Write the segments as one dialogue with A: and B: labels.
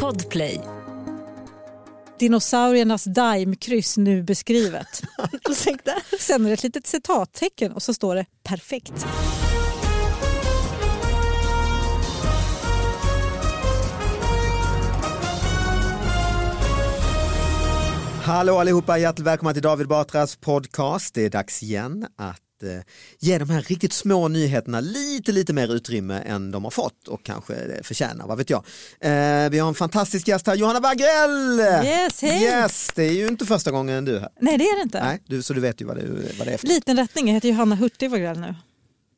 A: Podplay.
B: Dinosauriernas daimkryss nu beskrivet.
C: Ursäkta?
B: Sen är det ett litet citattecken och så står det perfekt.
D: Hallå allihopa, hjärtligt välkomna till David Batras podcast. Det är dags igen att eh, ge de här riktigt små nyheterna lite, lite mer utrymme än de har fått och kanske eh, förtjänar, vad vet jag. Eh, vi har en fantastisk gäst här, Johanna Wagrell!
B: Yes, hej!
D: Yes, det är ju inte första gången du är här.
B: Nej det är det inte.
D: Nej, du, så du vet ju vad det, vad det är för.
B: Liten rättning, jag heter Johanna Hurtig Wagrell nu.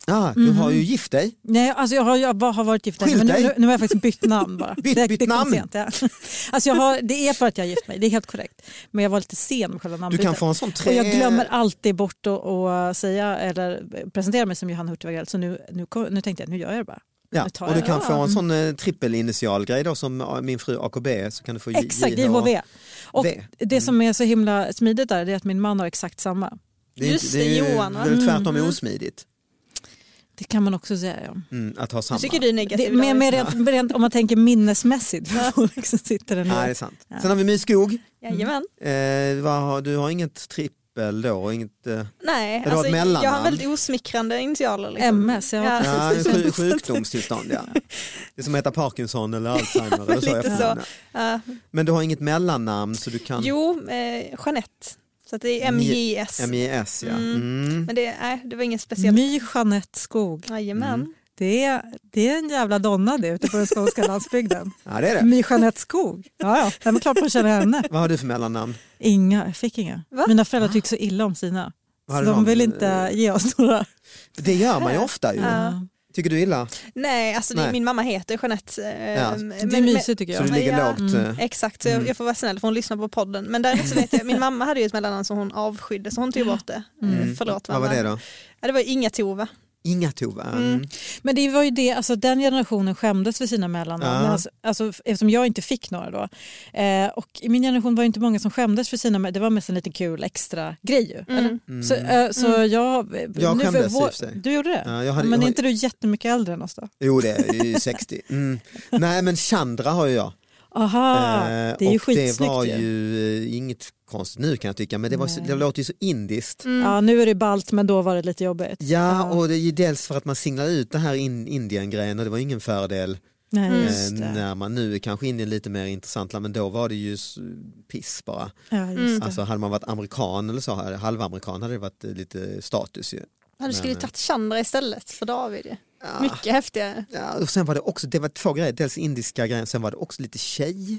D: Ah, du har ju gift dig.
B: Nej, alltså jag har, jag bara har varit gift länge,
D: Skilt
B: men nu,
D: dig.
B: nu, nu har jag faktiskt bytt namn bara.
D: Bytt-
B: det,
D: bytt
B: det kom
D: namn.
B: Sent, ja. alltså jag har, det är för att jag har gift mig, det är helt korrekt. Men jag var lite sen med själva
D: Du
B: namnbytet.
D: kan få en sån tre...
B: Och jag glömmer alltid bort att att säga eller presentera mig som Johanna Hurtig Wagrell så nu, nu, kom- nu tänkte jag nu gör jag det bara.
D: Ja,
B: Nu tar
D: och du
B: jag-
D: kan
B: ja.
D: få en sån eh, trippelinitialgrej då som eh, min fru AKB så kan du få J-
B: Exakt,
D: JH.
B: JHV. Och
D: V.
B: det som är så himla smidigt där det är att min man har exakt samma.
D: är
C: Just
D: är
C: det,
D: ju
C: Johan, va?
D: väl tvärtom osmidigt
B: Det kan man också säga ja.
D: mm, att ha samma.
C: Nu tycker du är
B: Det,
C: negativ.
B: men, men
C: David.
B: rent, rent, om man tänker minnesmässigt. då liksom sitter den
D: Nej, det
B: där.
D: är sant. Sen har vi My Skog.
C: Jajamän.
D: Eh, vad har, du har inget trippel då? och Inget, eh,
C: Nej,
D: du
C: alltså,
D: ett mellannamn?
C: jag har väldigt osmickrande initialer. Liksom.
B: MS, ja.
C: Ja.
D: ja, en sju, sjukdomstillstånd ja. Det är som att heta Parkinson eller Alzheimer. eller så, jag
C: lite
D: får-
C: så.
D: nej.
C: Ja.
D: Men du har inget mellannamn så du kan
C: Eh, Jo, eh, Jeanette. Så att det är MJS.
D: MIS ja.
C: Mm.
D: Mm.
C: Men det, nej, det var inget speciellt.
B: My Jeanette Skog.
C: Jajamän.
D: Mm.
B: Det är, det är en jävla donna det ute på den skånska landsbygden.
D: Ja det är det.
B: My Jeanette Skog. Ja, ja. Det är klart man känner henne.
D: Vad har du för mellannamn?
B: Inga, jag fick inga.
C: Va?
B: Mina föräldrar tyckte så illa om sina. Så
D: Vad hade
B: de vill
D: någon-
B: inte ge oss några.
D: Det gör man ju ofta ju.
C: Ja.
D: Tycker du illa?
C: Nej, alltså det,
D: Nej.
C: min mamma heter Jeanette. eh,
D: Ja.
C: men-
B: Det är mysigt tycker
D: Så
B: jag.
D: du ligger
C: Ja. Mm.
D: lågt. eh.
C: Men, exakt, så jag, jag får vara snäll för hon lyssnar på podden. Men däremot så vet jag, min mamma hade ju ett mellannamn som hon avskydde så hon tog bort det. Mm. Förlåt
D: Vad
C: mamma.
D: var det då?
C: Ja, det var inga Tove.
D: Inga Tove. Mm.
B: Men det var ju det, alltså den generationen skämdes för sina mellannamn.
D: Ja.
B: Men Alltså, alltså, f- eftersom jag inte fick några då. Eh, och i min generation var det inte många som skämdes för sina, me- det var mest en liten kul extra grej ju. Eller? Så, eh, så
C: Mm.
B: jag...
D: Mm. Jag skämdes i och
B: vår-
D: för sig.
B: Du gjorde det?
D: Ja, jag hade-
B: men
D: jag
B: är
D: har-
B: inte du jättemycket äldre än oss då?
D: Jo det är ju 60. Mm. Nej men Chandra har ju jag.
B: Aha,
D: Eh,
B: Ah, det är ju
D: och det
B: skitsnyggt
D: var
B: ju.
D: ju eh, inget konstigt nu kan jag tycka, men det, var så,
B: Nej. Mm.
D: det låter ju så indiskt.
C: Mm.
B: Ja, nu är det ballt men då var det lite jobbigt.
D: Ja, och det är ju dels för att man singlar ut det här in, Indien-grejen och det var ingen fördel
B: Nej,
D: eh,
B: just det.
D: när man nu är kanske Indien lite mer intressant, men då var det ju s- piss bara.
B: Ja, just det.
C: Mm.
D: Alltså hade man varit amerikan eller så, halvamerikan hade det varit eh, lite status ju.
C: Ja, du skulle ju
D: Men-
C: tagit Chandra istället för David. ju.
D: Ja.
C: Mycket häftigare.
D: Ja, och sen var det också, det var två grejer, dels indiska grejen, sen var det också lite tjej.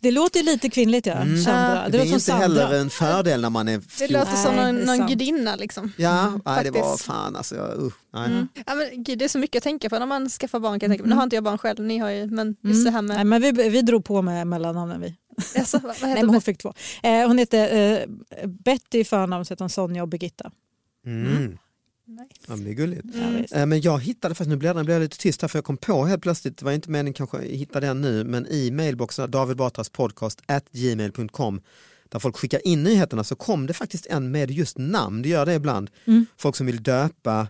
B: Det låter ju lite kvinnligt ja, Sandra.
D: Det,
B: Det,
D: Mm. är
B: låter som
D: inte heller
B: Sandra.
D: en fördel när man är
C: Det
D: 14.
C: låter som
B: Nej, det är
C: någon, någon
B: sant.
C: gudinna liksom.
D: Ja, nej, det var
C: faktiskt.
D: fan alltså, jag- usch, nej.
B: Mm.
C: Ja, men, gud, det är så mycket att tänka på när man skaffar barn. Kan jag tänka. på. Nu har inte jag barn själv, ni har ju, men just det här med...
B: Nej, men vi, vi drog på med mellannamnen vi.
C: Alltså, vad vad
B: Mm. Nej,
C: heter
B: men hon
C: det?
B: fick två. Eh, hon heter eh, Betty i förnamn, så heter hon Sonja och Birgitta.
D: Mm. Ja, men det är gulligt.
B: Ja,
C: Mm.
B: visst.
D: Eh, Men jag hittade faktiskt, nu blir det, blir det lite tyst här för jag kom på helt plötsligt, det var inte meningen kanske att hitta den nu, men i mailboxen David Batras podcast at gmail.com där folk skickar in nyheterna så kom det faktiskt en med just namn, det gör det ibland.
B: Mm.
D: Folk som vill döpa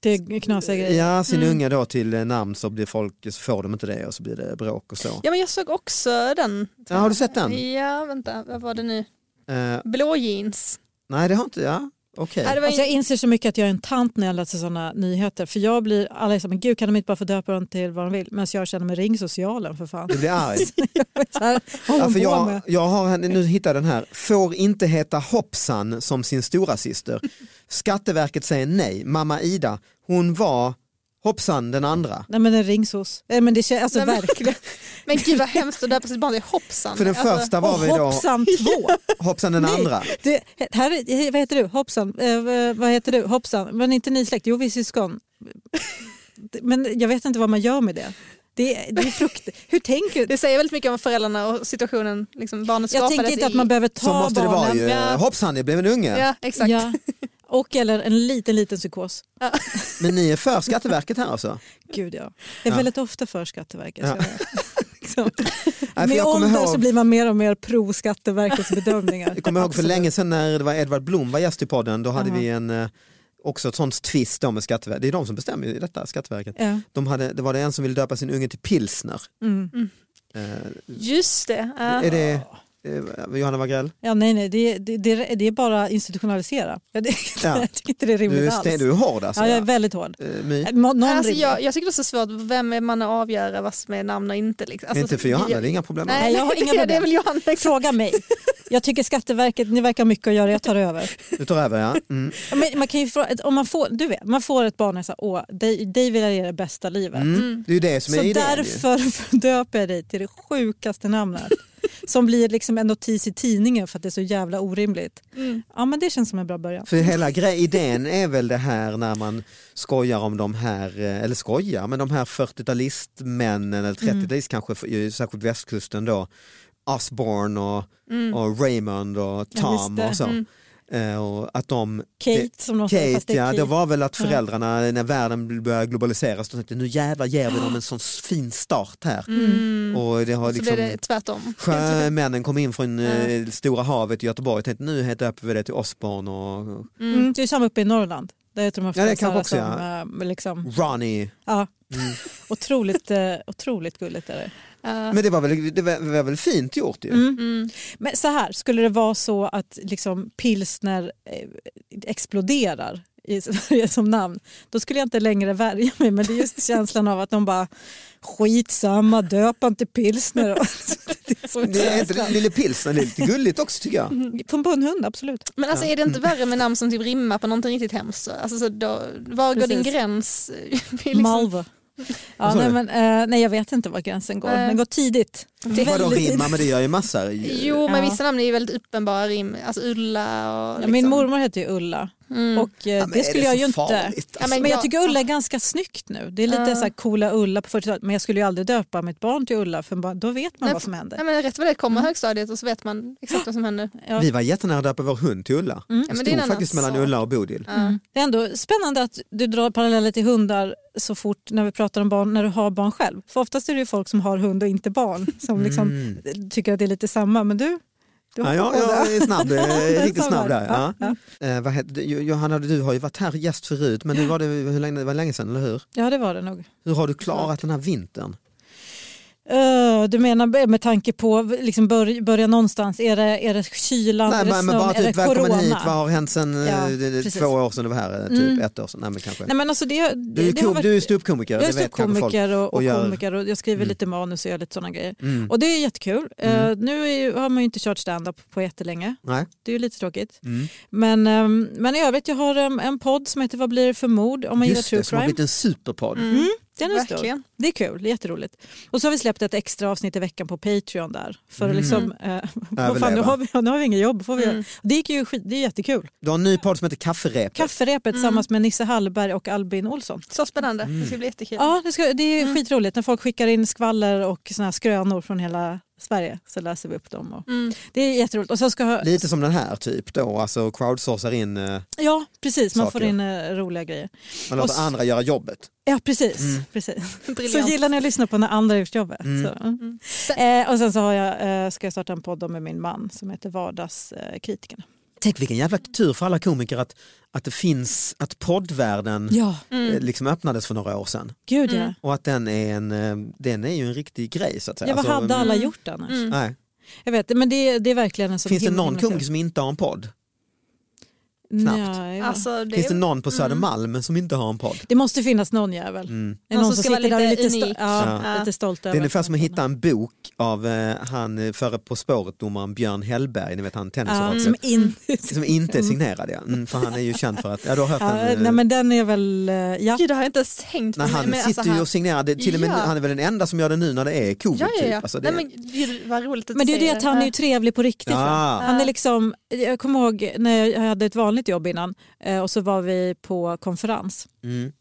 B: Det är knasiga grejer. Mm.
D: ja, sin unga då till eh, namn så blir folk, så får de inte det och så blir det bråk och så.
C: Ja men jag såg också den.
D: Ja, har du sett den?
C: Ja vänta, vad var det nu?
D: Eh,
C: Blå jeans.
D: nej det har inte, ja okej.
C: Nej, det var
B: Alltså
C: in...
B: jag inser så mycket att jag är en tant när jag läser sådana nyheter. För jag blir, alla är så här, men gud kan de inte bara få döpa dem till vad de vill? Men jag känner mig ring socialen för fan.
D: Du blir arg.
B: Så här, vad håller
D: Ja, för
B: hon på
D: Alltså, jag,
B: med?
D: jag har, nu hittar jag den här, får inte heta Hoppsan som sin stora syster. Skatteverket säger nej, mamma Ida, hon var Hoppsan den andra.
B: Nej men en ringsos. Nej, men det känns, alltså
C: Nej, men-
B: verkligen.
C: Men gud vad hemskt att döpa sitt barn till hoppsan.
D: För den
C: Alltså,
D: första var
B: Och
D: vi då
B: hoppsan två.
D: Hoppsan den
B: Nej,
D: andra.
B: Det, här, är- vad heter du? Hoppsan. Eh, vad- vad heter du? Hoppsan. Men inte ni släkt? Jo, vi är syskon. Men jag vet inte vad man gör med det. Det, det är frukt. Hur tänker du?
C: Det säger väldigt mycket om föräldrarna och situationen liksom barnet
B: Jag
C: skapades
B: tänker inte
C: i.
B: att man behöver
D: Så
B: ta
D: måste det vara
B: barnen.
D: ju.
C: ja.
D: Hoppsan, det blev en unge.
C: Ja exakt.
B: Ja. Och eller en liten, liten psykos.
D: Men ni är för Skatteverket här alltså?
B: Gud ja. Jag är
D: Ja.
B: väldigt ofta för Skatteverket. så
D: Ja.
B: jag- Liksom.
D: Nej, för
B: Med
D: jag kommer
B: åldern
D: ihåg-
B: så blir man mer och mer pro Skatteverkets bedömningar.
D: Jag kommer ihåg för
B: Absolut.
D: länge sedan när det var Edvard Blom var gäst i podden, då hade
B: Jaha.
D: vi en, eh, också ett sånt tvist då med Skatteverket. Det är de som bestämmer i detta, Skatteverket.
B: Ja.
D: De hade, det var det en som ville döpa sin unge till pilsner.
B: Mm.
D: Eh,
C: Just det. Ja.
D: Är det eh, Johanna Wagrell?
B: Ja, nej, nej, det, det, det, det är bara institutionalisera. Jag, det,
D: Ja.
B: jag tycker inte det är rimligt
D: Du, är
B: alls.
D: sten- du är hård alltså?
B: ja, jag är väldigt hård.
D: Eh, My?
B: Eh, må- Någon
C: Alltså,
B: rimlig.
C: jag, jag tycker det är så svårt, vem är man att avgöra vad som är namn och inte? Liksom. Alltså,
D: inte för Johanna,
C: jag-
D: det är inga problem.
C: Nej, jag har inga problem. Det är väl Johanna. liksom. Exakt.
B: Fråga mig. Jag tycker Skatteverket, ni verkar ha mycket att göra, jag tar över.
D: Du tar över ja. Mm.
B: Ja, Men man kan ju fråga, om man får, du vet, man får ett barn och säger åh, dig, dig vill jag ge det bästa livet.
D: Mm. Det är ju det som
B: Så
D: är idén. ju.
B: därför döper jag dig till det sjukaste namnet. Som blir liksom en notis i tidningen för att det är så jävla orimligt.
C: Mm.
B: Ja men det känns som en bra början.
D: För hela gre- idén är väl det här när man skojar om de här, eh, eller skojar, men de här 40-talistmännen eller
B: Mm.
D: 30-talist kanske, för- ju särskilt västkusten då, Osborne och, och Raymond och
B: Mm. Ja, just
D: Tom
B: det. Mm.
D: och så. Eh, Och att de,
B: Kate
D: det-
B: som de säger, fast
D: Kate,
B: det är
D: ja,
B: Kate.
D: det var väl att föräldrarna när världen började globaliseras, de tänkte nu jävlar ger vi dem en sån fin start här.
B: Mm.
D: Och det har
C: Mm. Så blir
D: liksom,
C: det tvärtom.
D: Sjömännen kom in från eh, Stora havet i Göteborg och tänkte nu döper vi det till Osborne och
B: Mm. det är samma uppe i Norrland. Där jag tror man
D: Ja, Mm. det kanske
B: föräldrar
D: också,
B: som, eh, liksom,
D: Ronnie.
B: ja. Otroligt, eh, otroligt gulligt är det.
C: Ja.
D: Men det var väl, det var, det var väl fint gjort ju.
C: Mm.
B: Men så här, skulle det vara så att liksom pilsner eh, exploderar i Sverige som namn, då skulle jag inte längre värja mig. Men det är just känslan av att de bara skitsamma, döp inte pilsner. Och det är så
D: Det är inte Lille Pilsner, det är lite gulligt också tycker jag.
B: På en bundhund, absolut.
C: Men alltså är det inte värre med namn som typ rimmar på någonting riktigt hemskt? så? Alltså, så då, var går din
B: Precis.
C: gräns? Det är liksom-
B: Malva. Ja,
D: liksom- Vad sa
B: nej,
D: du?
B: men, eh, nej, jag vet inte var gränsen går.
C: Nej.
B: Den går tidigt.
D: Vadå
B: Väldigt tidigt.
D: rimma, men det gör ju massor.
C: Jo, men
B: Ja.
C: vissa namn är ju väldigt uppenbara rim. Alltså Ulla och...
B: Ja,
C: Liksom.
B: Min mormor heter ju Ulla
C: Mm.
B: och eh,
D: Ja, men
B: det
D: är
B: skulle
D: så
B: jag ju inte...
D: farligt? Alltså,
C: Ja,
B: Men jag
C: Ja.
B: tycker Ulla är ganska snyggt nu. Det är lite
C: Ja.
B: så här coola Ulla på 40-talet. Men jag skulle ju aldrig döpa mitt barn till Ulla för bara- då vet man
C: Nej,
B: vad som
C: Nej,
B: händer.
C: men rätt vad det
B: Mm.
C: kommer högstadiet och så vet man exakt vad som händer.
B: Ja.
D: Vi var jättenära att döpa vår hund till Ulla. Det
C: Ja, men det är en
D: stod
C: annan
D: faktiskt mellan
C: sak.
D: Ulla och Bodil.
C: Ja.
B: Mm. Det är ändå spännande att du drar paralleller till hundar så fort när vi pratar om barn, när du har barn själv. För oftast är det ju folk som har hund och inte barn som liksom tycker att det är lite samma. Men du, du
D: Mm. Ja, ja,
B: hoppar på det.
D: jag är snabb, eh, riktigt snabb där. Ja.
B: Ja,
D: Eh, vad heter, det? Jo- Johanna, du har ju varit här gäst förut, men nu var det, hur länge, det var länge sedan, eller hur?
B: ja, det var det nog.
D: Hur har du klarat den här vintern?
B: Eh, du menar med tanke på liksom bör, börja någonstans? Är det, är det kylan?
D: Nej,
B: är det
D: men, men
B: snön?
D: bara
B: är det
D: typ välkommen
B: corona?
D: hit, vad har hänt sen
B: Ja,
D: eh, det- det-
B: precis.
D: två år sedan du var här, eh, typ
B: Mm.
D: ett år sedan? Nej, men kanske.
B: Nej, men alltså det,
D: du är,
B: det har
D: kom,
B: varit-
D: du är ståuppkomiker,
B: Jag är
D: det vet kanske folk.
B: ståuppkomiker och, och,
D: och gör-
B: komiker och jag skriver
D: Mm.
B: lite manus och gör lite sådana grejer.
D: Mm.
B: Och det är jättekul.
D: Mm.
B: Eh, nu är, ju- har man ju inte kört stand-up på jättelänge.
D: Nej.
B: Det är ju lite tråkigt.
D: Mm.
B: Men, ehm, men i övrigt, jag har em, en podd som heter Vad blir det för mord? Om man
D: Just
B: gillar
D: det,
B: true
D: som har
B: crime.
D: blivit en superpodd.
C: Mm.
B: Den är stor.
C: Verkligen.
B: Det är kul, det är jätteroligt. Och så har vi släppt ett extra avsnitt i veckan på Patreon där. För att
D: Mm.
B: liksom, eh, vad fan, nu,
D: Överleva.
B: har vi, nu har vi inget jobb. Får vi,
C: Mm.
B: Det gick ju skit, det är jättekul.
D: Du har en ny podd som heter Kafferepet.
B: Kafferepet tillsammans med Nisse Hallberg och Albin Olsson.
C: Så spännande.
D: Mm.
C: Det ska bli jättekul.
B: Ja, det, ska, det är skitroligt när folk skickar in skvaller och såna här skrönor från hela Sverige så läser vi upp dem. Och
C: Mm.
B: det är jätteroligt. Och sen ska,
D: Lite som den här typ då, alltså crowdsourcar in, eh,
B: ja, precis. Man
D: Saker.
B: får in eh, roliga grejer.
D: man
B: Och
D: låter
B: s-
D: andra göra jobbet.
B: Ja, precis. precis. Så
C: Briljant.
B: gillar ni att lyssna på när andra har gjort jobbet. Så, mm. Eh, och sen så har jag, eh, ska jag starta en podd med min man som heter Vardagskritikerna.
D: Tänk vilken jävla tur för alla komiker att, att det finns, att poddvärlden
B: Ja,
D: eh,
C: Mm.
D: liksom öppnades för några år sedan.
B: gud ja.
D: Och att den är, en, eh, den är ju en riktig grej så att säga.
B: Ja, vad
D: Alltså,
B: hade alla gjort annars?
D: Nej.
B: Jag vet, men det, det är verkligen en sån
D: Finns det
B: himla,
D: någon
B: himla
D: komiker
B: kul-
D: som inte har en podd? knappt?
B: Nej, ja.
C: Alltså, det
D: Finns det
C: är...
D: någon på Södermalm som inte har en podd?
B: Det måste finnas någon jävel.
D: Mm.
B: Det är någon, som,
C: ska vara
B: sitter där och är
C: lite
B: lite, sto-
C: unik.
B: ja,
C: Ja.
B: lite stolt över
D: Det är ungefär som att
B: den.
D: hitta en bok av eh, han eh, före På spåret-domaren Björn Hellberg, ni vet han
B: Ja,
D: tennisrockaren.
B: som inte...
D: Som inte är signerad ja, mm, för han är ju känd för att, ja du har hört han,
B: Ja,
D: eh,
B: nej men den är väl, eh, ja.
C: Gud, det har jag inte ens tänkt på.
D: när han
C: Men alltså
D: sitter ju och signerar, det, till och med,
C: Ja.
D: han är väl den enda som gör det nu när det är covid
C: Ja, ja, ja.
D: typ. Alltså, det,
C: Nej, men, gud, vad roligt att
B: Men det
C: du
B: är ju det
C: säger
B: att han är ju trevlig på riktigt. va?
D: ah,
B: Han är liksom, jag kommer ihåg när jag hade ett vanligt jobb innan eh, och så var vi på konferens
D: mm.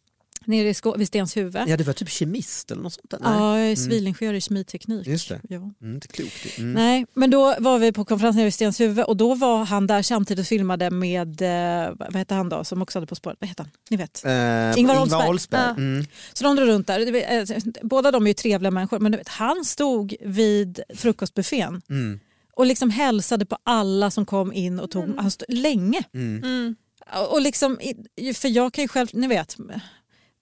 B: nere i Skå- vid Stenshuvud. Ja,
D: ja det var typ kemist eller något sånt där. Nej.
B: jag är civilingenjör i smidteknik.
D: Just det.
B: Ja.
D: Mm, inte klokt. Mm.
B: Nej, men då var vi på konferens nere i Stenshuvud och då var han där samtidigt och filmade med, eh, vad hette han då som också hade På spåret, vad hette han? Ni vet.
D: Eh,
B: Ingvar Oldsberg.
D: Oldsberg.
C: Ja.
D: Mm.
B: Så de drog runt där. Det var, eh, Båda de är ju trevliga människor men du vet, han stod vid frukostbuffén
D: Mm.
B: och liksom hälsade på alla som kom in och tog han stod, länge.
D: Mm.
C: Mm.
B: Och liksom, i- för jag kan ju själv, ni vet,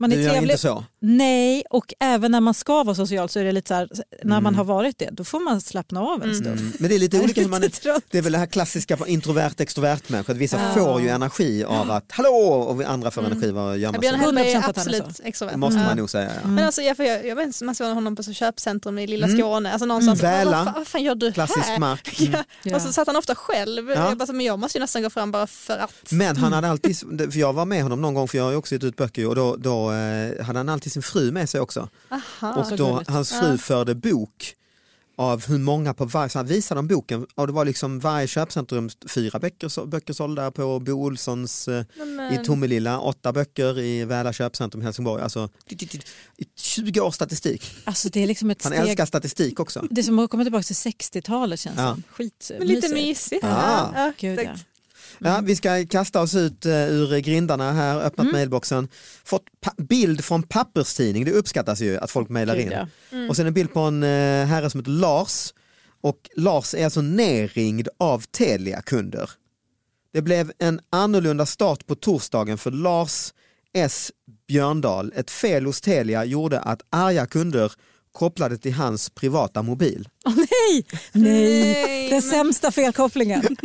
B: Man är
D: du gör
B: trevlig.
D: inte så.
B: Nej, och även när man ska vara social så är det lite så här, när man har varit det, då får man slappna av en stund.
D: Mm. Men det är lite olika hur man är.
B: Lite trött.
D: Det är väl det här klassiska på introvert extrovert människor, att vissa får ju energi av att hallå och vi andra får energi av att gömma
C: Björn
D: sig.
B: 100%
C: Hellberg är
B: att han är
C: absolut extrovert.
D: Det måste
C: Ja.
D: man nog säga. Ja.
C: Men alltså, jag, för jag, jag vet inte, man såg honom på så köpcentrum i lilla Skåne. Alltså någon sa,
D: Mm.
C: "Vad
D: Väla.
C: fan- vad fan gör du
D: Klassisk
C: här?
D: mark.
C: Ja. Och så satt han ofta själv.
D: Ja. Mm.
C: Jag bara, så, men jag måste ju nästan gå fram bara för att.
D: Men han hade alltid, för jag var med honom någon gång för jag har ju också gett ut böcker ju, och då, då eh, hade han alltid sin fru med sig också.
C: Aha.
D: och
B: så
D: då,
B: Ah, gulligt.
D: hans fru förde bok av hur många på varje, så han visade dem boken och det var liksom varje köpcentrum fyra böcker, så- böcker sålda på Bo Olssons eh, i
C: Men-
D: Tomelilla, åtta böcker i Väla köpcentrum i Helsingborg. Alltså, i 20 års statistik.
B: Alltså det är liksom ett
D: Han
B: steg.
D: älskar statistik också.
B: Det är som att komma tillbaka till 60-talet känns
D: Ja.
B: som. Skit,
C: Men lite mysigt.
D: Ah.
C: Ja,
B: Gud, ja.
C: exakt.
D: Ja, vi ska kasta oss ut eh, ur grindarna här, öppnat
B: Mm.
D: mailboxen. Fått pa- bild från papperstidning, det uppskattas ju att folk mailar
B: Gud,
D: in.
B: ja.
D: Och sen en bild på en eh, herre som heter Lars. Och Lars är alltså nerringd av Telia-kunder. Det blev en annorlunda start på torsdagen för Lars S Björndal. Ett fel hos Telia gjorde att arga kunder kopplade till hans privata mobil.
B: Åh, nej! nej,
C: Nej,
B: den
C: men-
B: sämsta felkopplingen.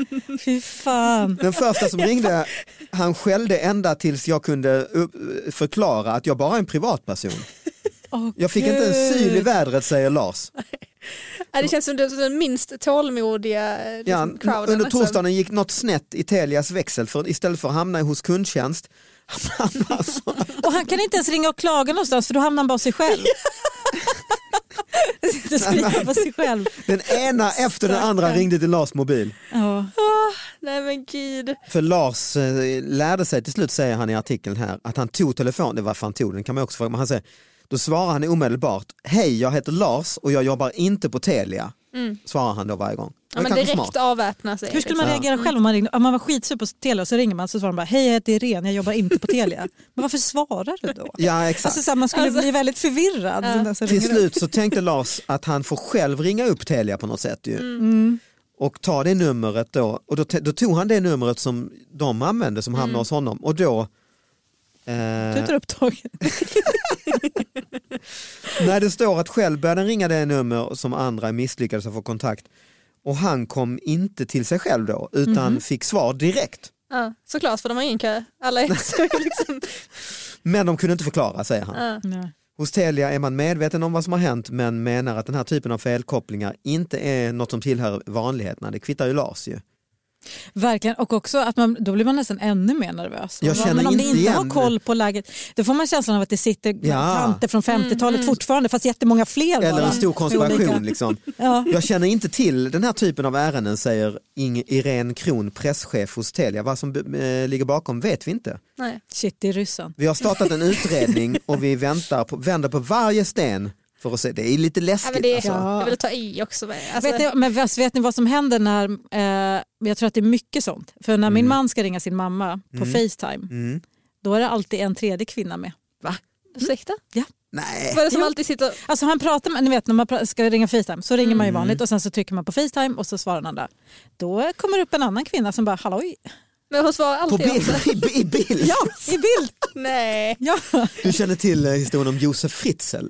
B: Fy fan.
D: Den första som ringde, han skällde ända tills jag kunde upp- eh, förklara att jag bara är en privatperson.
B: Åh,
D: Jag fick inte en syl i
B: Gud.
D: vädret säger Lars.
C: Ja, det känns som den- den minst tålmodiga eh,
D: Ja,
C: liksom, crowden.
D: under
C: nästan.
D: torsdagen gick något snett i Telias växel för istället för att hamna hos kundtjänst hamnade han alltså,
B: Och han kan inte ens ringa och klaga någonstans för då hamnar han bara sig själv. Han sitter och skriker på sig själv.
D: den ena efter den andra ringde till Lars mobil.
B: Ja.
C: Nej men gud.
D: För Lars eh, lärde sig till slut, säger han i artikeln här, att han tog telefonen, det var han tog den kan man också fråga, men han säger, då svarar han omedelbart, hej jag heter Lars och jag jobbar inte på Telia, svarar han då varje gång.
C: Mm. Ja,
D: Det är
C: men
D: kanske
C: direkt
D: smart.
C: avväpna sig. liksom.
B: Hur skulle man
D: Ja.
B: reagera själv om man ringde? Om man var skitsur på Telia och så ringer man så svarar man bara hej jag heter Irene, jag jobbar inte på Telia. Men varför svarar du då?
D: Ja exakt.
B: Alltså, så här, man skulle
C: Alltså-
B: bli väldigt förvirrad. den där som
D: Till
B: ringer upp.
D: slut så tänkte Lars att han får själv ringa upp Telia på något sätt ju.
B: Mm.
D: och ta det numret då. Och då, te- då tog han det numret som de använde som hamnade hos honom och då eh,
B: Du tar upp tåget.
D: när det står att själv började han ringa det nummer som andra misslyckades att få kontakt och han kom inte till sig själv då utan fick svar direkt.
C: Ja, såklart för de har ingen kö. Alla är så liksom.
D: Men de kunde inte förklara säger han.
C: Ja.
B: Nej.
D: Hos Telia är man medveten om vad som har hänt men menar att den här typen av felkopplingar inte är något som tillhör vanligheterna. Det kvittar ju Lars ju.
B: Verkligen, och också att man, då blir man nästan ännu mer nervös.
D: Jag känner
B: men om
D: inte
B: ni inte
D: igen
B: har koll på läget, då får man känslan av att det sitter
D: Ja. Mm,
B: tanter från 50-talet fortfarande fast jättemånga fler
D: Eller
B: bara.
D: en stor
B: Olika.
D: konspiration. Liksom.
B: Ja.
D: Jag känner inte till den här typen av ärenden säger Ing- Irene Kron, presschef hos Telia. Vad som eh, ligger bakom vet vi inte.
C: Nej.
B: Shit, det är ryssen.
D: Vi har startat en utredning och vi väntar på, vänder på varje sten för att se. Det är lite
C: Ja,
D: läskigt.
C: men det,
D: alltså.
C: Jag vill ta i också. men Alltså,
B: vet, ni, men vet, vet ni vad som händer när, eh, jag tror att det är mycket sånt, för när min man ska ringa sin mamma på Facetime,
D: Mm.
B: då är det alltid en tredje kvinna med.
C: Ursäkta?
D: Nej.
C: Vad är det som
B: Jo.
C: alltid sitter...
B: Alltså han pratar, med- ni vet när man pra- ska ringa Facetime så ringer
D: Mm.
B: man ju vanligt och sen så trycker man på Facetime och så svarar den andra. Då kommer upp en annan kvinna som bara halloj,
C: Men hon svarar
D: På
C: alltid
D: bild,
C: också.
D: i, I bild.
B: ja i bild.
C: Nej.
B: Ja.
D: Du känner till eh, historien om Josef Fritzl.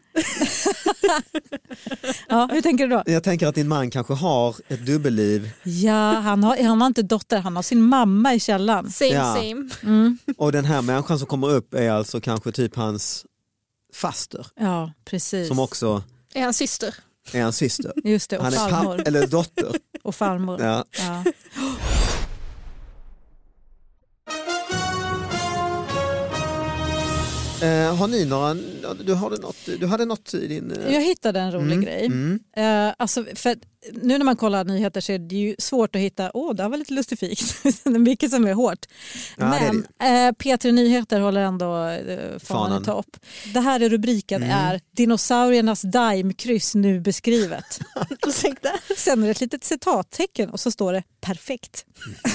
B: Ja, hur tänker du då?
D: Jag tänker att din man kanske har ett dubbelliv
B: Ja, han har, han har inte dotter, han har sin mamma i källaren.
C: Same
D: Ja.
C: same.
D: och den här människan som kommer upp är alltså kanske typ hans faster
B: Ja, precis.
D: som också
C: Är hans syster.
D: är hans syster.
B: Just det, och
D: Han är
B: farmor.
D: papp eller dotter.
B: Och farmor. Ja.
D: Ja. Eh, har ni några, du hade något, du hade något i din... eh,
B: Jag hittade en rolig grej.
D: Mm.
B: Eh, alltså, för att nu när man kollar nyheter så är det ju svårt att hitta, åh det här var lite lustifikt, mycket som är hårt.
D: Ja, det är
B: Men eh, P3 Nyheter håller ändå eh, fanan
D: Fanan. Mm.
B: i topp. Det här är rubriken är dinosauriernas daimkryss nu beskrivet.
C: Ursäkta?
B: Sen är det ett litet citattecken och så står det perfekt.
D: Mm.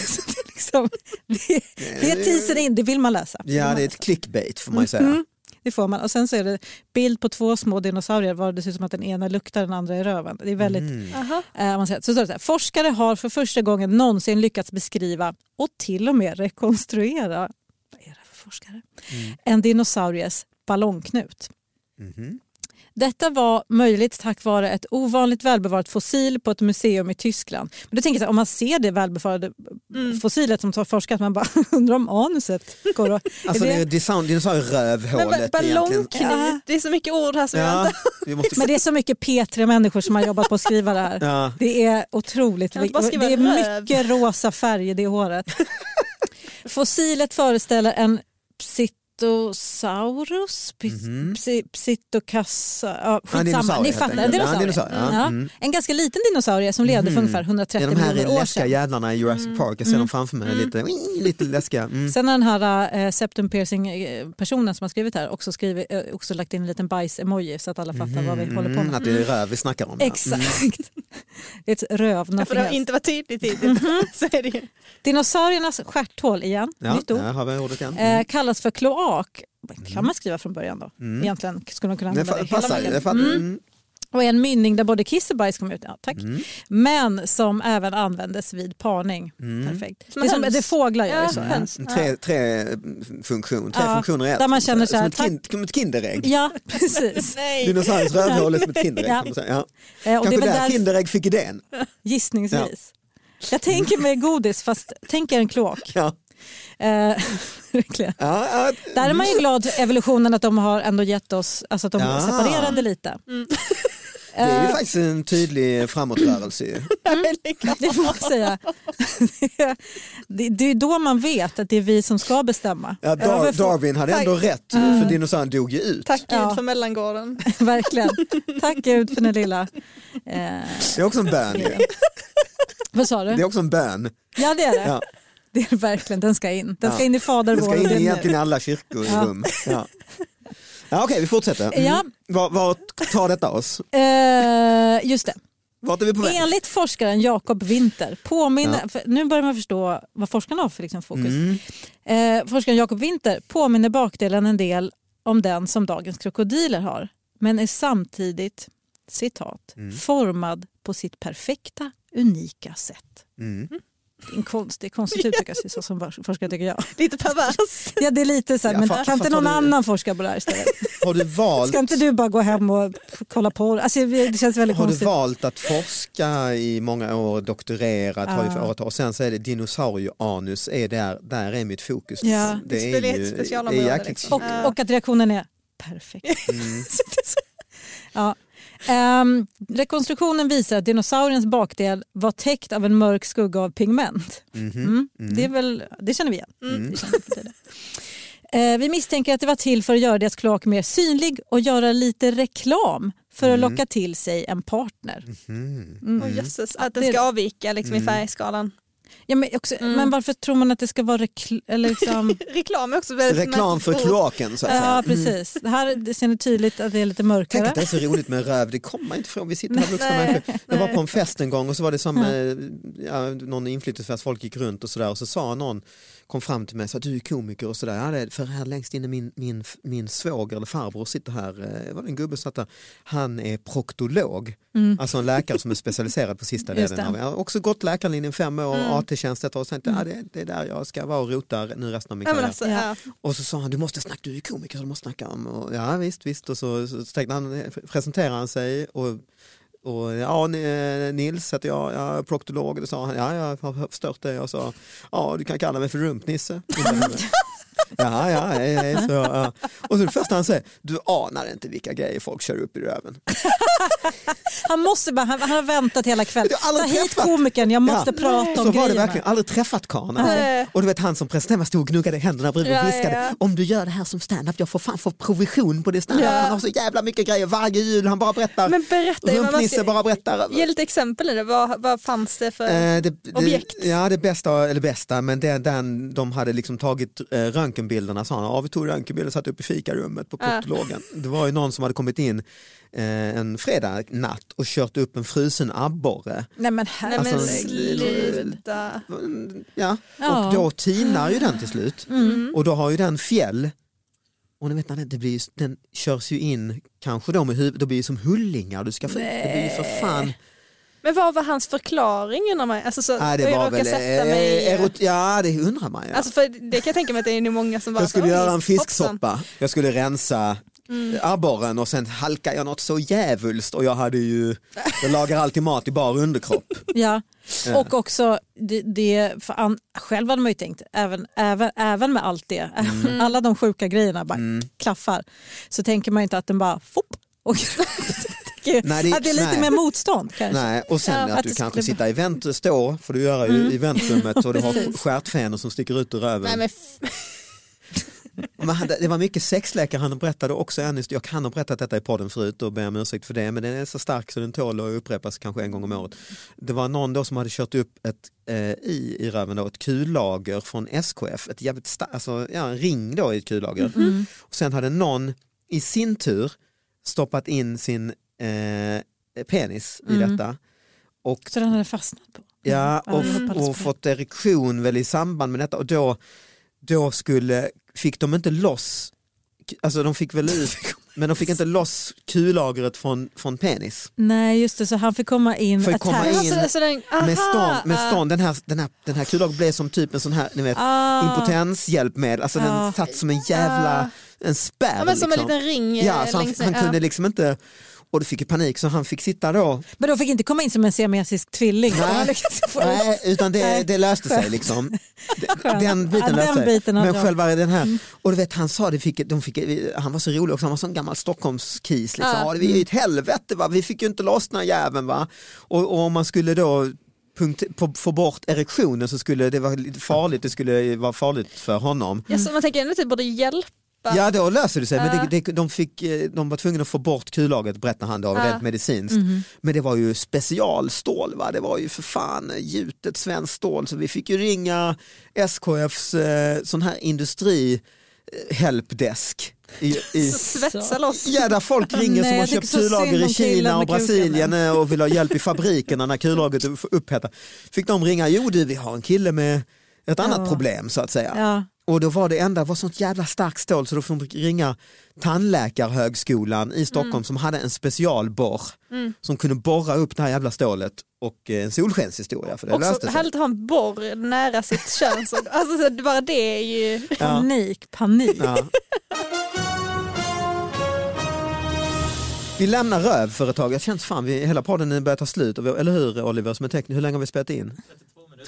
B: Så det, är liksom, det, det är typ- teasern in, det vill man läsa.
D: Ja, det är ett clickbait får man ju
B: Mm-hmm.
D: säga.
B: Det får man. Och sen så är det bild på två små dinosaurier var det ser ut som att den ena luktar den andra i röven. Det är väldigt,
C: Aha.
B: eh, man säger, så står det så här, forskare har för första gången någonsin lyckats beskriva och till och med rekonstruera vad är det för forskare? en dinosauries ballongknut.
D: Mm-hmm.
B: Detta var möjligt tack vare ett ovanligt välbevarat fossil på ett museum i Tyskland. Men då tänker jag så här, om man ser det välbevarade
C: Mm.
B: fossilet som har forskat, man bara undrar om anuset går att...
D: Alltså
B: är
D: det
B: det-
D: är dinosaur-
C: Men
D: dinosaurierövhålet
C: ba-
D: egentligen.
C: ballongknut, det är så mycket ord här som jag
D: Ja,
C: inte
D: vi måste...
B: Men det är så mycket P3-människor som har jobbat på att skriva det här.
D: ja.
B: Det är otroligt.
C: Kan man inte bara skriva
B: Det är
C: röv?
B: mycket rosa färg i det håret. Fossilet föreställer en Psitthosaurus, Pys-
D: Mhm.
B: psi, Psittocassa, ja,
D: Ja, en
B: skitsamma, ni
D: helt
B: fattar. En
D: enkelt. Ja,
B: dinosaurie.
D: en dinosaurie. Ja.
B: Ja.
D: Mm.
B: En ganska liten dinosaurie som levde för
D: Mhm.
B: ungefär
D: Det
B: 130
D: är de här
B: miljoner år
D: läskiga
B: sedan. Mm.
D: jävlarna i Jurassic Park. Jag ser dem framför mig. Lite, lite läskiga. Mm.
B: Sen har den här äh, septum piercing eh, personen som har skrivit här också, skrivit, eh, också lagt in en liten bajs-emoji så att alla fattar vad vi håller på
D: Mm,
B: med.
D: Att det är röv vi snackar om. ja. Mm.
B: Exakt. Ett röv.
C: för det har
B: nothing else.
C: inte varit tydligt hittills. Så är det ju.
B: Dinosauriernas stjärthål igen,
D: Ja,
B: nytt ord.
D: där har vi ordet igen.
B: eh, kallas för kloak. kan man skriva från början då?
D: Mm.
B: Egentligen skulle man kunna
D: Det
B: använda det,
D: fa-
B: hela
D: passar. Det
B: vägen.
D: fa-
B: Mm.
D: mm.
B: Och är en mynning där både kiss och bajs kom ut. Ja, tack.
D: Mm.
B: Men som även användes vid parning.
D: Mm.
B: Perfekt.
C: Som
B: det, är som,
C: höns.
B: det är fåglar gör ju
C: Ja,
B: så. ja.
C: höns.
D: Tre, tre, mm, funktion, tre
B: Ja,
D: funktioner i ett.
B: där man känner så här,
D: som, ett kind, som ett Kinderägg.
B: Ja, precis.
C: Nej.
D: Dinosauriens rövhål är som ett Kinderägg.
B: Ja.
D: kan man säga. Ja.
B: Eh, och det
D: Kanske
B: är väl
D: där
B: där,
D: Kinderägg fick idén.
B: gissningsvis. Jag tänker mig godis fast tänk er en kloak.
D: Ja.
B: Eh, verkligen.
D: Ja,
B: Där är man ju glad för evolutionen att de har ändå gett oss, alltså att de
D: Ja.
B: separerade lite.
C: Mm.
D: det är ju
B: Eh,
D: faktiskt en tydlig framåtrörelse. ju.
B: Det får man säga. Det, det är då man vet att det är vi som ska bestämma.
D: Ja,
B: Ja,
D: Dar-
B: men för- Mm.
D: Darwin hade ändå rätt för dinosaurien dog ju ut.
C: Tack
B: Ja. Mm.
C: Gud för mellangården.
B: Verkligen. Tack Gud för den lilla... Eh,
D: Det är också en bön. ju.
B: vad sa
D: Det är
B: du?
D: också en bön.
B: Ja det är det.
D: Ja.
B: Det är det verkligen. Den ska in. Den
D: Ja.
B: ska in i Fader
D: Det
B: vår.
D: ska
B: och
D: in
B: det är
D: i
B: nu.
D: egentligen alla kyrkorum. Ja. Ja. Okej, vi fortsätter. Mm.
B: Ja.
D: Var- Vart tar detta oss?
B: Eh, just det.
D: Vart är vi på väg?
B: Enligt forskaren Jakob Winter, påminner, för nu börjar man förstå vad forskarna har för liksom fokus.
D: Mm.
B: Eh, forskaren Jakob Winter påminner bakdelen en del om den som dagens krokodiler har men är samtidigt citat,
D: Mm.
B: formad på sitt perfekta, unika sätt.
D: Mm.
B: Det är en konst, det är konstigt att uttrycka sig så som fors- forskare tycker jag.
C: Lite pervers.
B: Ja, det är lite så här,
D: Ja,
B: men
D: fa-
B: kan inte
D: fattar
B: någon
D: du-
B: annan forska på det här istället?
D: Har du valt
B: Ska inte du bara gå hem och kolla på alltså, Det känns väldigt
D: Har du
B: konstigt.
D: valt att forska i många år, doktorerat har ju
B: Ja.
D: för åratal och sen så är det dinosaurieanus, är där, där är mitt fokus.
B: Ja.
D: Det
C: Spele-
D: är ju det är
C: specialområde
D: jäkligt
C: liksom.
B: Och,
C: Ja.
B: och att reaktionen är perfekt.
D: Mm.
B: Ja. Ehm, rekonstruktionen visar att dinosauriens bakdel var täckt av en mörk skugga av pigment.
D: Mhm.
B: Mm.
D: Mm.
B: Det, är väl, det känner vi igen.
D: Mm.
B: Det känner vi till. Eh, vi misstänker att det var till för att göra deras kloak mer synlig och göra lite reklam för att
D: Mm.
B: locka till sig en partner.
D: Mhm.
B: Mm.
C: Åh, jösses, att den
B: Det-
C: ska avvika liksom, i
D: Mm.
C: färgskalan.
B: Ja, men, också,
C: Mm.
B: men varför tror man att det ska vara rekl- eller liksom...
C: Reklam är också väldigt
D: Reklam för
C: märkligt.
D: kloaken så att säga.
B: Mm. Ja
D: Mm.
B: precis, det här det ser ni tydligt att det är lite
D: Tänk
B: mörkare.
D: att det är så roligt med röv, det kommer man inte från. Vi sitter här vuxna
C: Nej,
D: människor. Jag var
C: nej.
D: på en fest en gång och så var det som eh, ja, någon inflyttningsfest, folk gick runt och sådär och så sa någon, kom fram till mig och sa du är komiker och sådär. Ja, det är, för här längst inne min, min, min svåger eller farbror sitter här, eh, var det en gubbe som satt där, han är proktolog,
B: Mm.
D: alltså en läkare som är specialiserad på sista
B: Just
D: delen. Av,
B: det.
D: jag har också gått läkarlinjen fem år,
C: Mm.
D: AT-tjänst ett år och sen tänkte jag, ja, det, det är där jag ska vara och rota nu resten av min
C: Ja, men
D: karriär.
C: alltså,
B: Ja.
C: ja.
D: Och så sa han, du måste snacka, du är komiker, så du måste snacka om, och, ja visst, visst, och så, så, så tänkte han, presenterade han sig och, och ja, Ni- eh, Nils heter jag, jag är proktolog, och då sa han, ja, jag har förstört det, jag sa, ja, du kan kalla mig för rumpnisse. Ja, ja, hej, hej, så, ja. Och så det första han säger, du anar inte vilka grejer folk kör upp i röven.
B: Han, måste bara, han, han har väntat hela kvällen.
D: Jag har aldrig
B: Ta hit
D: träffat-
B: komikern, jag måste
D: Ja.
B: prata
D: Så
B: om
D: var det
B: grejerna.
D: verkligen, aldrig träffat karln.
C: Nej.
D: Alltså. Och du vet han som presenterade stod och gnuggade händerna bredvid och
C: Ja,
D: viskade
C: ja, ja.
D: om du gör det här som standup, jag får fan få provision på det standup.
C: Ja.
D: Han har så jävla mycket grejer varje jul, han bara berättar.
C: Men berätta, Emma, man
D: Rumpnisse
C: ska,
D: bara berättar.
C: ge lite exempel nu då. vad, vad fanns det för...
D: Eh, det, det,
C: objekt.
D: Ja det bästa, eller bästa, men det, den, de hade liksom tagit eh, röntgenbilderna sa han, ja vi tog röntgenbilder och satte upp i fikarummet på
C: Ja.
D: proktologen. Det var ju någon som hade kommit in eh, en fredag natt och kört upp en frusen abborre
B: Nej men
C: Nej
B: herregud.
C: men
D: alltså,
C: sluta.
D: Ja.
B: Ja.
D: Och då tinar ju den till slut
C: Mm.
D: och då har ju den fjäll och ni vet, när det blir, ju- den körs ju in kanske då med huvudet, då blir det som hullingar du ska få ut. Det blir ju för fan
C: Men vad var hans förklaring undrar man alltså, så,
D: Nej,
C: och
D: det
C: jag
D: var
C: råkar
D: väl...
C: sätta
D: eh,
C: mig i-
D: erot- ja, det undrar man ju.
C: Alltså för det kan jag tänka mig att det är nog många som bara
D: jag skulle
C: "Oj, Mm.
D: göra en
C: hoppsan."
D: fisksoppa, jag skulle rensa abborren och sen halkade jag något så djävulskt och jag hade ju, jag lagar alltid mat i bar underkropp.
B: Ja. Och också, det, det, för an, själv hade man ju tänkt, även, även, även med allt det,
D: Mm.
B: alla de sjuka grejerna bara klaffar, så tänker man ju inte att den bara fopp, och
D: Nej, det-
B: att det är lite
D: nej.
B: mer motstånd kanske.
D: Nej, och sen
B: Ja,
D: att,
B: att
D: du
B: det
D: kanske
B: skulle-
D: sitter i vänt, står får du göra
C: Mm.
D: i i väntrummet och du har
B: Precis.
D: stjärtfenor som sticker ut ur röven.
C: Nej, men f-
D: Men han, det var mycket sexläkare han berättade också, Anis, jag kan ha berättat detta i podden förut och ber om ursäkt för det, men den är så stark så den tål att upprepas kanske en gång om året. Det var någon då som hade kört upp ett, eh, i, i röven då, ett kullager från SKF, ett jävligt sta- alltså, ja, en ring då i ett kullager.
B: Mhm.
D: Och sen hade någon i sin tur stoppat in sin eh, penis i detta. Och
B: Så den hade fastnat på.
D: Ja,
B: Mm.
D: och,
B: Ja, jag hoppades på
D: och
B: det.
D: fått erektion väl i samband med detta och då, då skulle, fick de inte loss, alltså de fick väl ut, men de fick inte loss kulagret från, från penis.
B: Nej just det, så han fick komma in
D: Får ju komma
B: attached.
C: Jaha,
D: in
C: så, så alltså, den, aha,
D: Med stånd, med
C: ah.
D: stånd den här, den här, den här kulagret blev som typ en sån här, ni vet,
B: Ah.
D: impotenshjälpmedel, alltså den
B: Ah.
D: satt som en jävla, en spärr.
C: Ja, men som en
D: liksom.
C: liten ring eh,
D: ja, så han,
C: längs
D: han
C: med. ja.
D: kunde liksom inte, och det fick ju panik så han fick sitta då
B: Men de fick inte komma in som en siamesisk tvilling. Liksom,
D: Nej.
B: Han lyckades få ut-
D: Nej, utan det,
B: Nej.
D: det löste sig liksom. Den, den
B: Ja,
D: biten
B: den
D: löste sig.
B: biten hade jag.
D: Men
B: Mm.
D: själva den här, och du vet han sa, det fick, de fick, han var så rolig också, han var sån gammal Stockholmskis. Liksom.
C: Ja.
D: Ja. Det var ju ett helvete, va? vi fick ju inte loss den här jäveln. Va? Och, och om man skulle då punkt, på, få bort erektionen så skulle det vara lite farligt, det skulle vara farligt för honom.
C: Ja, så man tänker ändå typ borde hjälpa.
D: Ja då löser det sig,
C: Ja.
D: men det, det, de, fick, eh, de var tvungna att få bort kullagret berättar han då, av
C: Ja.
D: rent medicinskt.
B: Mhm.
D: Men det var ju specialstål, va? det var ju för fan eh, gjutet svenskt stål så vi fick ju ringa SKFs eh, sån här industri eh, helpdesk. I, i,
C: Svetsa loss.
D: Ja, där folk ringer som
B: Nej,
D: har
B: jag tycker
D: köpt
B: så synd
D: kullager i
B: om killen
D: Kina och
B: med
D: Brasilien
B: kuken
D: eh, och vill ha hjälp i fabrikerna när kullagret är upphettat. Fick de ringa, jo du vi har en kille med ett annat
B: Ja.
D: problem så att säga.
B: Ja.
D: Och då var det enda, var sånt jävla starkt stål så då får man ringa Tandläkarhögskolan i Stockholm
B: Mm.
D: som hade en specialborr som kunde borra upp det här jävla stålet och eh, en solskenshistoria för det
C: Också
D: löste sig.
C: härligt att ha en borr nära sitt kön. Så, alltså, så, det- bara det är ju...
B: Panik, panik.
D: Ja. Vi lämnar röv för ett tag. Jag känns fan, vi, hela podden börjar ta slut. och vi- Eller hur Oliver som är tekniker, hur länge har vi spelat in?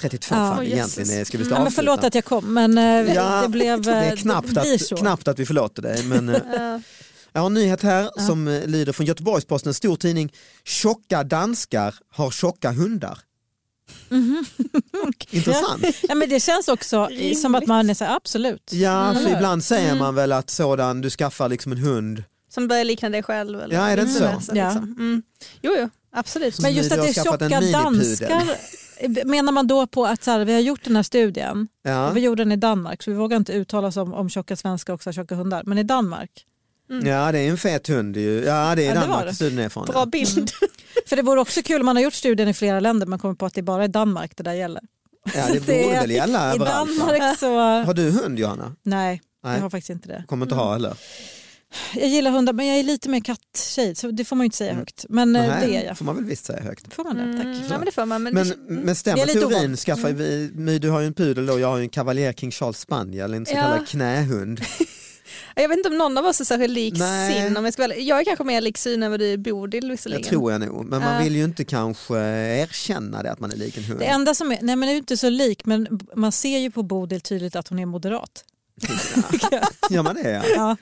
D: 32
B: Ja. Mm.
D: fan,
C: Åh, Jesus.
D: egentligen eh, ska vi
B: Ja, men
D: avsluta.
B: förlåt att jag kom men eh, det blev...
D: det
B: eh,
D: är knappt,
B: blir
D: att,
B: så.
D: knappt att vi förlåter dig. Men, eh,
C: Ja.
D: jag har en nyhet här som eh, lyder från Göteborgs-Posten, en stor tidning. Tjocka danskar har tjocka hundar. Intressant.
B: Mm-hmm. Ja, men det känns också i- som att man är så här, absolut.
D: Ja, för
B: Mm.
D: ibland säger man väl att sådan, du skaffar liksom en hund.
C: Som börjar likna dig själv. Eller
D: Ja, är det inte så?
C: Liksom.
B: Ja.
C: Mm. Jo, jo, absolut.
D: Så-
B: Men just
D: du
B: att
D: har
B: det är
D: skaffat en
B: tjocka
D: minipudel.
B: danskar, menar man då på att så här, vi har gjort den här studien,
D: Ja,
B: och vi gjorde den i Danmark så vi vågar inte uttala oss om, om tjocka svenskar också har tjocka hundar, men i Danmark.
D: ja det är en fet hund. ju. Ja, det är
B: Mm. Ja, det var
D: Danmark
B: det.
D: studien är från.
C: Bra
D: ja.
C: bild.
B: För det vore också kul om man har gjort studien i flera länder men kommer på att det är bara i Danmark det där gäller.
D: Ja, det
B: Det är-
D: borde väl gälla
B: I
D: överallt. va?
B: Danmark så...
D: Har du hund Johanna?
B: Nej,
D: Nej.
B: jag har faktiskt inte det.
D: Kommer inte ha heller.
B: Jag gillar hundar men jag är lite mer katt-tjej så det får man ju inte säga högt. Men eh,
D: Mm. Nej,
B: det är jag.
D: får man väl visst säga högt.
B: Får man det? Tack.
C: Mm, ja, men det får man. Men
D: Men,
C: det,
D: men
B: Det
D: stämmer
B: är lite
D: teorin,
B: ovanligt. Mm.
D: skaffar vi, My, du har ju en pudel och jag har ju en kavaljer King Charles spaniel, en så
C: Ja.
D: kallad knähund.
C: jag vet inte om någon av oss är särskilt lik
D: Nej.
C: Sin. Om jag, ska, vara ärlig. jag är kanske mer lik Sin än vad du är Bodil visserligen.
D: Det tror jag nog, men man
C: Ja.
D: vill ju inte kanske erkänna det att man är lik en hund.
B: Det enda som är, nej men det är ju inte så lik men man ser ju på Bodil tydligt att hon är moderat.
D: Gör man det? Ja.
B: Ja,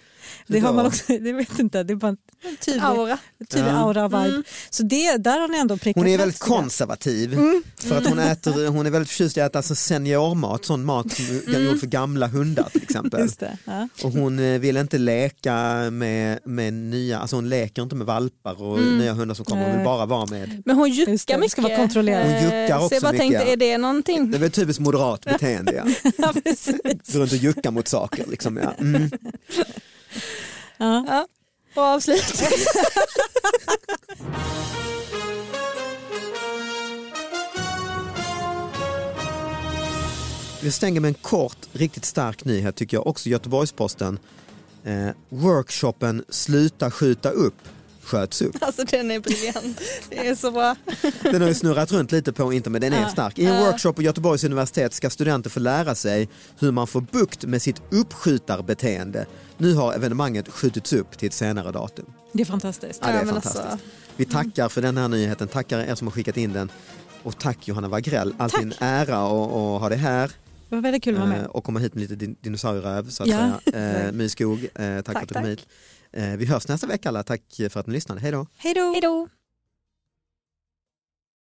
B: det har man
D: Då.
B: också, det vet inte, det är bara en tydlig, Mm.
C: Aura.
B: tydlig
D: Ja.
B: aura vibe. Så det, där har ni ändå prickat
D: Hon är
B: rätt,
D: väldigt
B: tycker jag.
D: konservativ
B: Mm.
D: för att hon, äter, hon är väldigt förtjust i att äta så seniormat, sån mat som är gjord för gamla hundar till exempel.
B: Mm. Just det. Ja.
D: Och hon eh, vill inte leka med, med nya, alltså hon leker inte med valpar och nya hundar som kommer, hon vill
B: Mm. Nej.
D: bara vara med.
C: Men hon juckar
B: Just det, det
C: mycket.
B: ska vara kontrollerat.
D: Hon juckar
C: Eh, Så
D: också
C: jag bara
D: mycket,
C: tänkte,
D: ja.
C: är det någonting?
B: Mm.
D: Det är väl typiskt moderat beteende, ja.
B: Ja, precis.
D: gå runt och jucka mot saker. Liksom, ja. mm.
B: Ja.
C: Ja. Bra avslut.
D: Vi stänger med en kort, riktigt stark nyhet tycker jag, också Göteborgs-Posten. Eh, workshopen Sluta skjuta upp sköts upp.
C: Alltså den är briljant. Det är så bra.
D: Den har ju snurrat runt lite på internet, men den är
B: Ja.
D: stark. I en workshop på Göteborgs universitet ska studenter få lära sig hur man får bukt med sitt uppskjutarbeteende. Nu har evenemanget skjutits upp till ett senare datum.
B: Det är fantastiskt.
D: Ja, det är
C: men alltså,
D: fantastiskt. Vi
B: Mm.
D: tackar för den här nyheten, tackar er som har skickat in den. Och tack Johanna Wagrell, alltid en ära att att ha dig här
B: Det var väldigt kul att vara
D: eh,
B: med.
D: och komma hit med lite din- dinosaurieröv så att
B: Ja.
D: säga. Eh, My Skog, eh, tack,
C: Tack,
D: för att du kom
C: tack.
D: hit. Eh, vi hörs nästa vecka alla, tack för att ni lyssnade, hej då!
B: Hej då!
C: Hej då.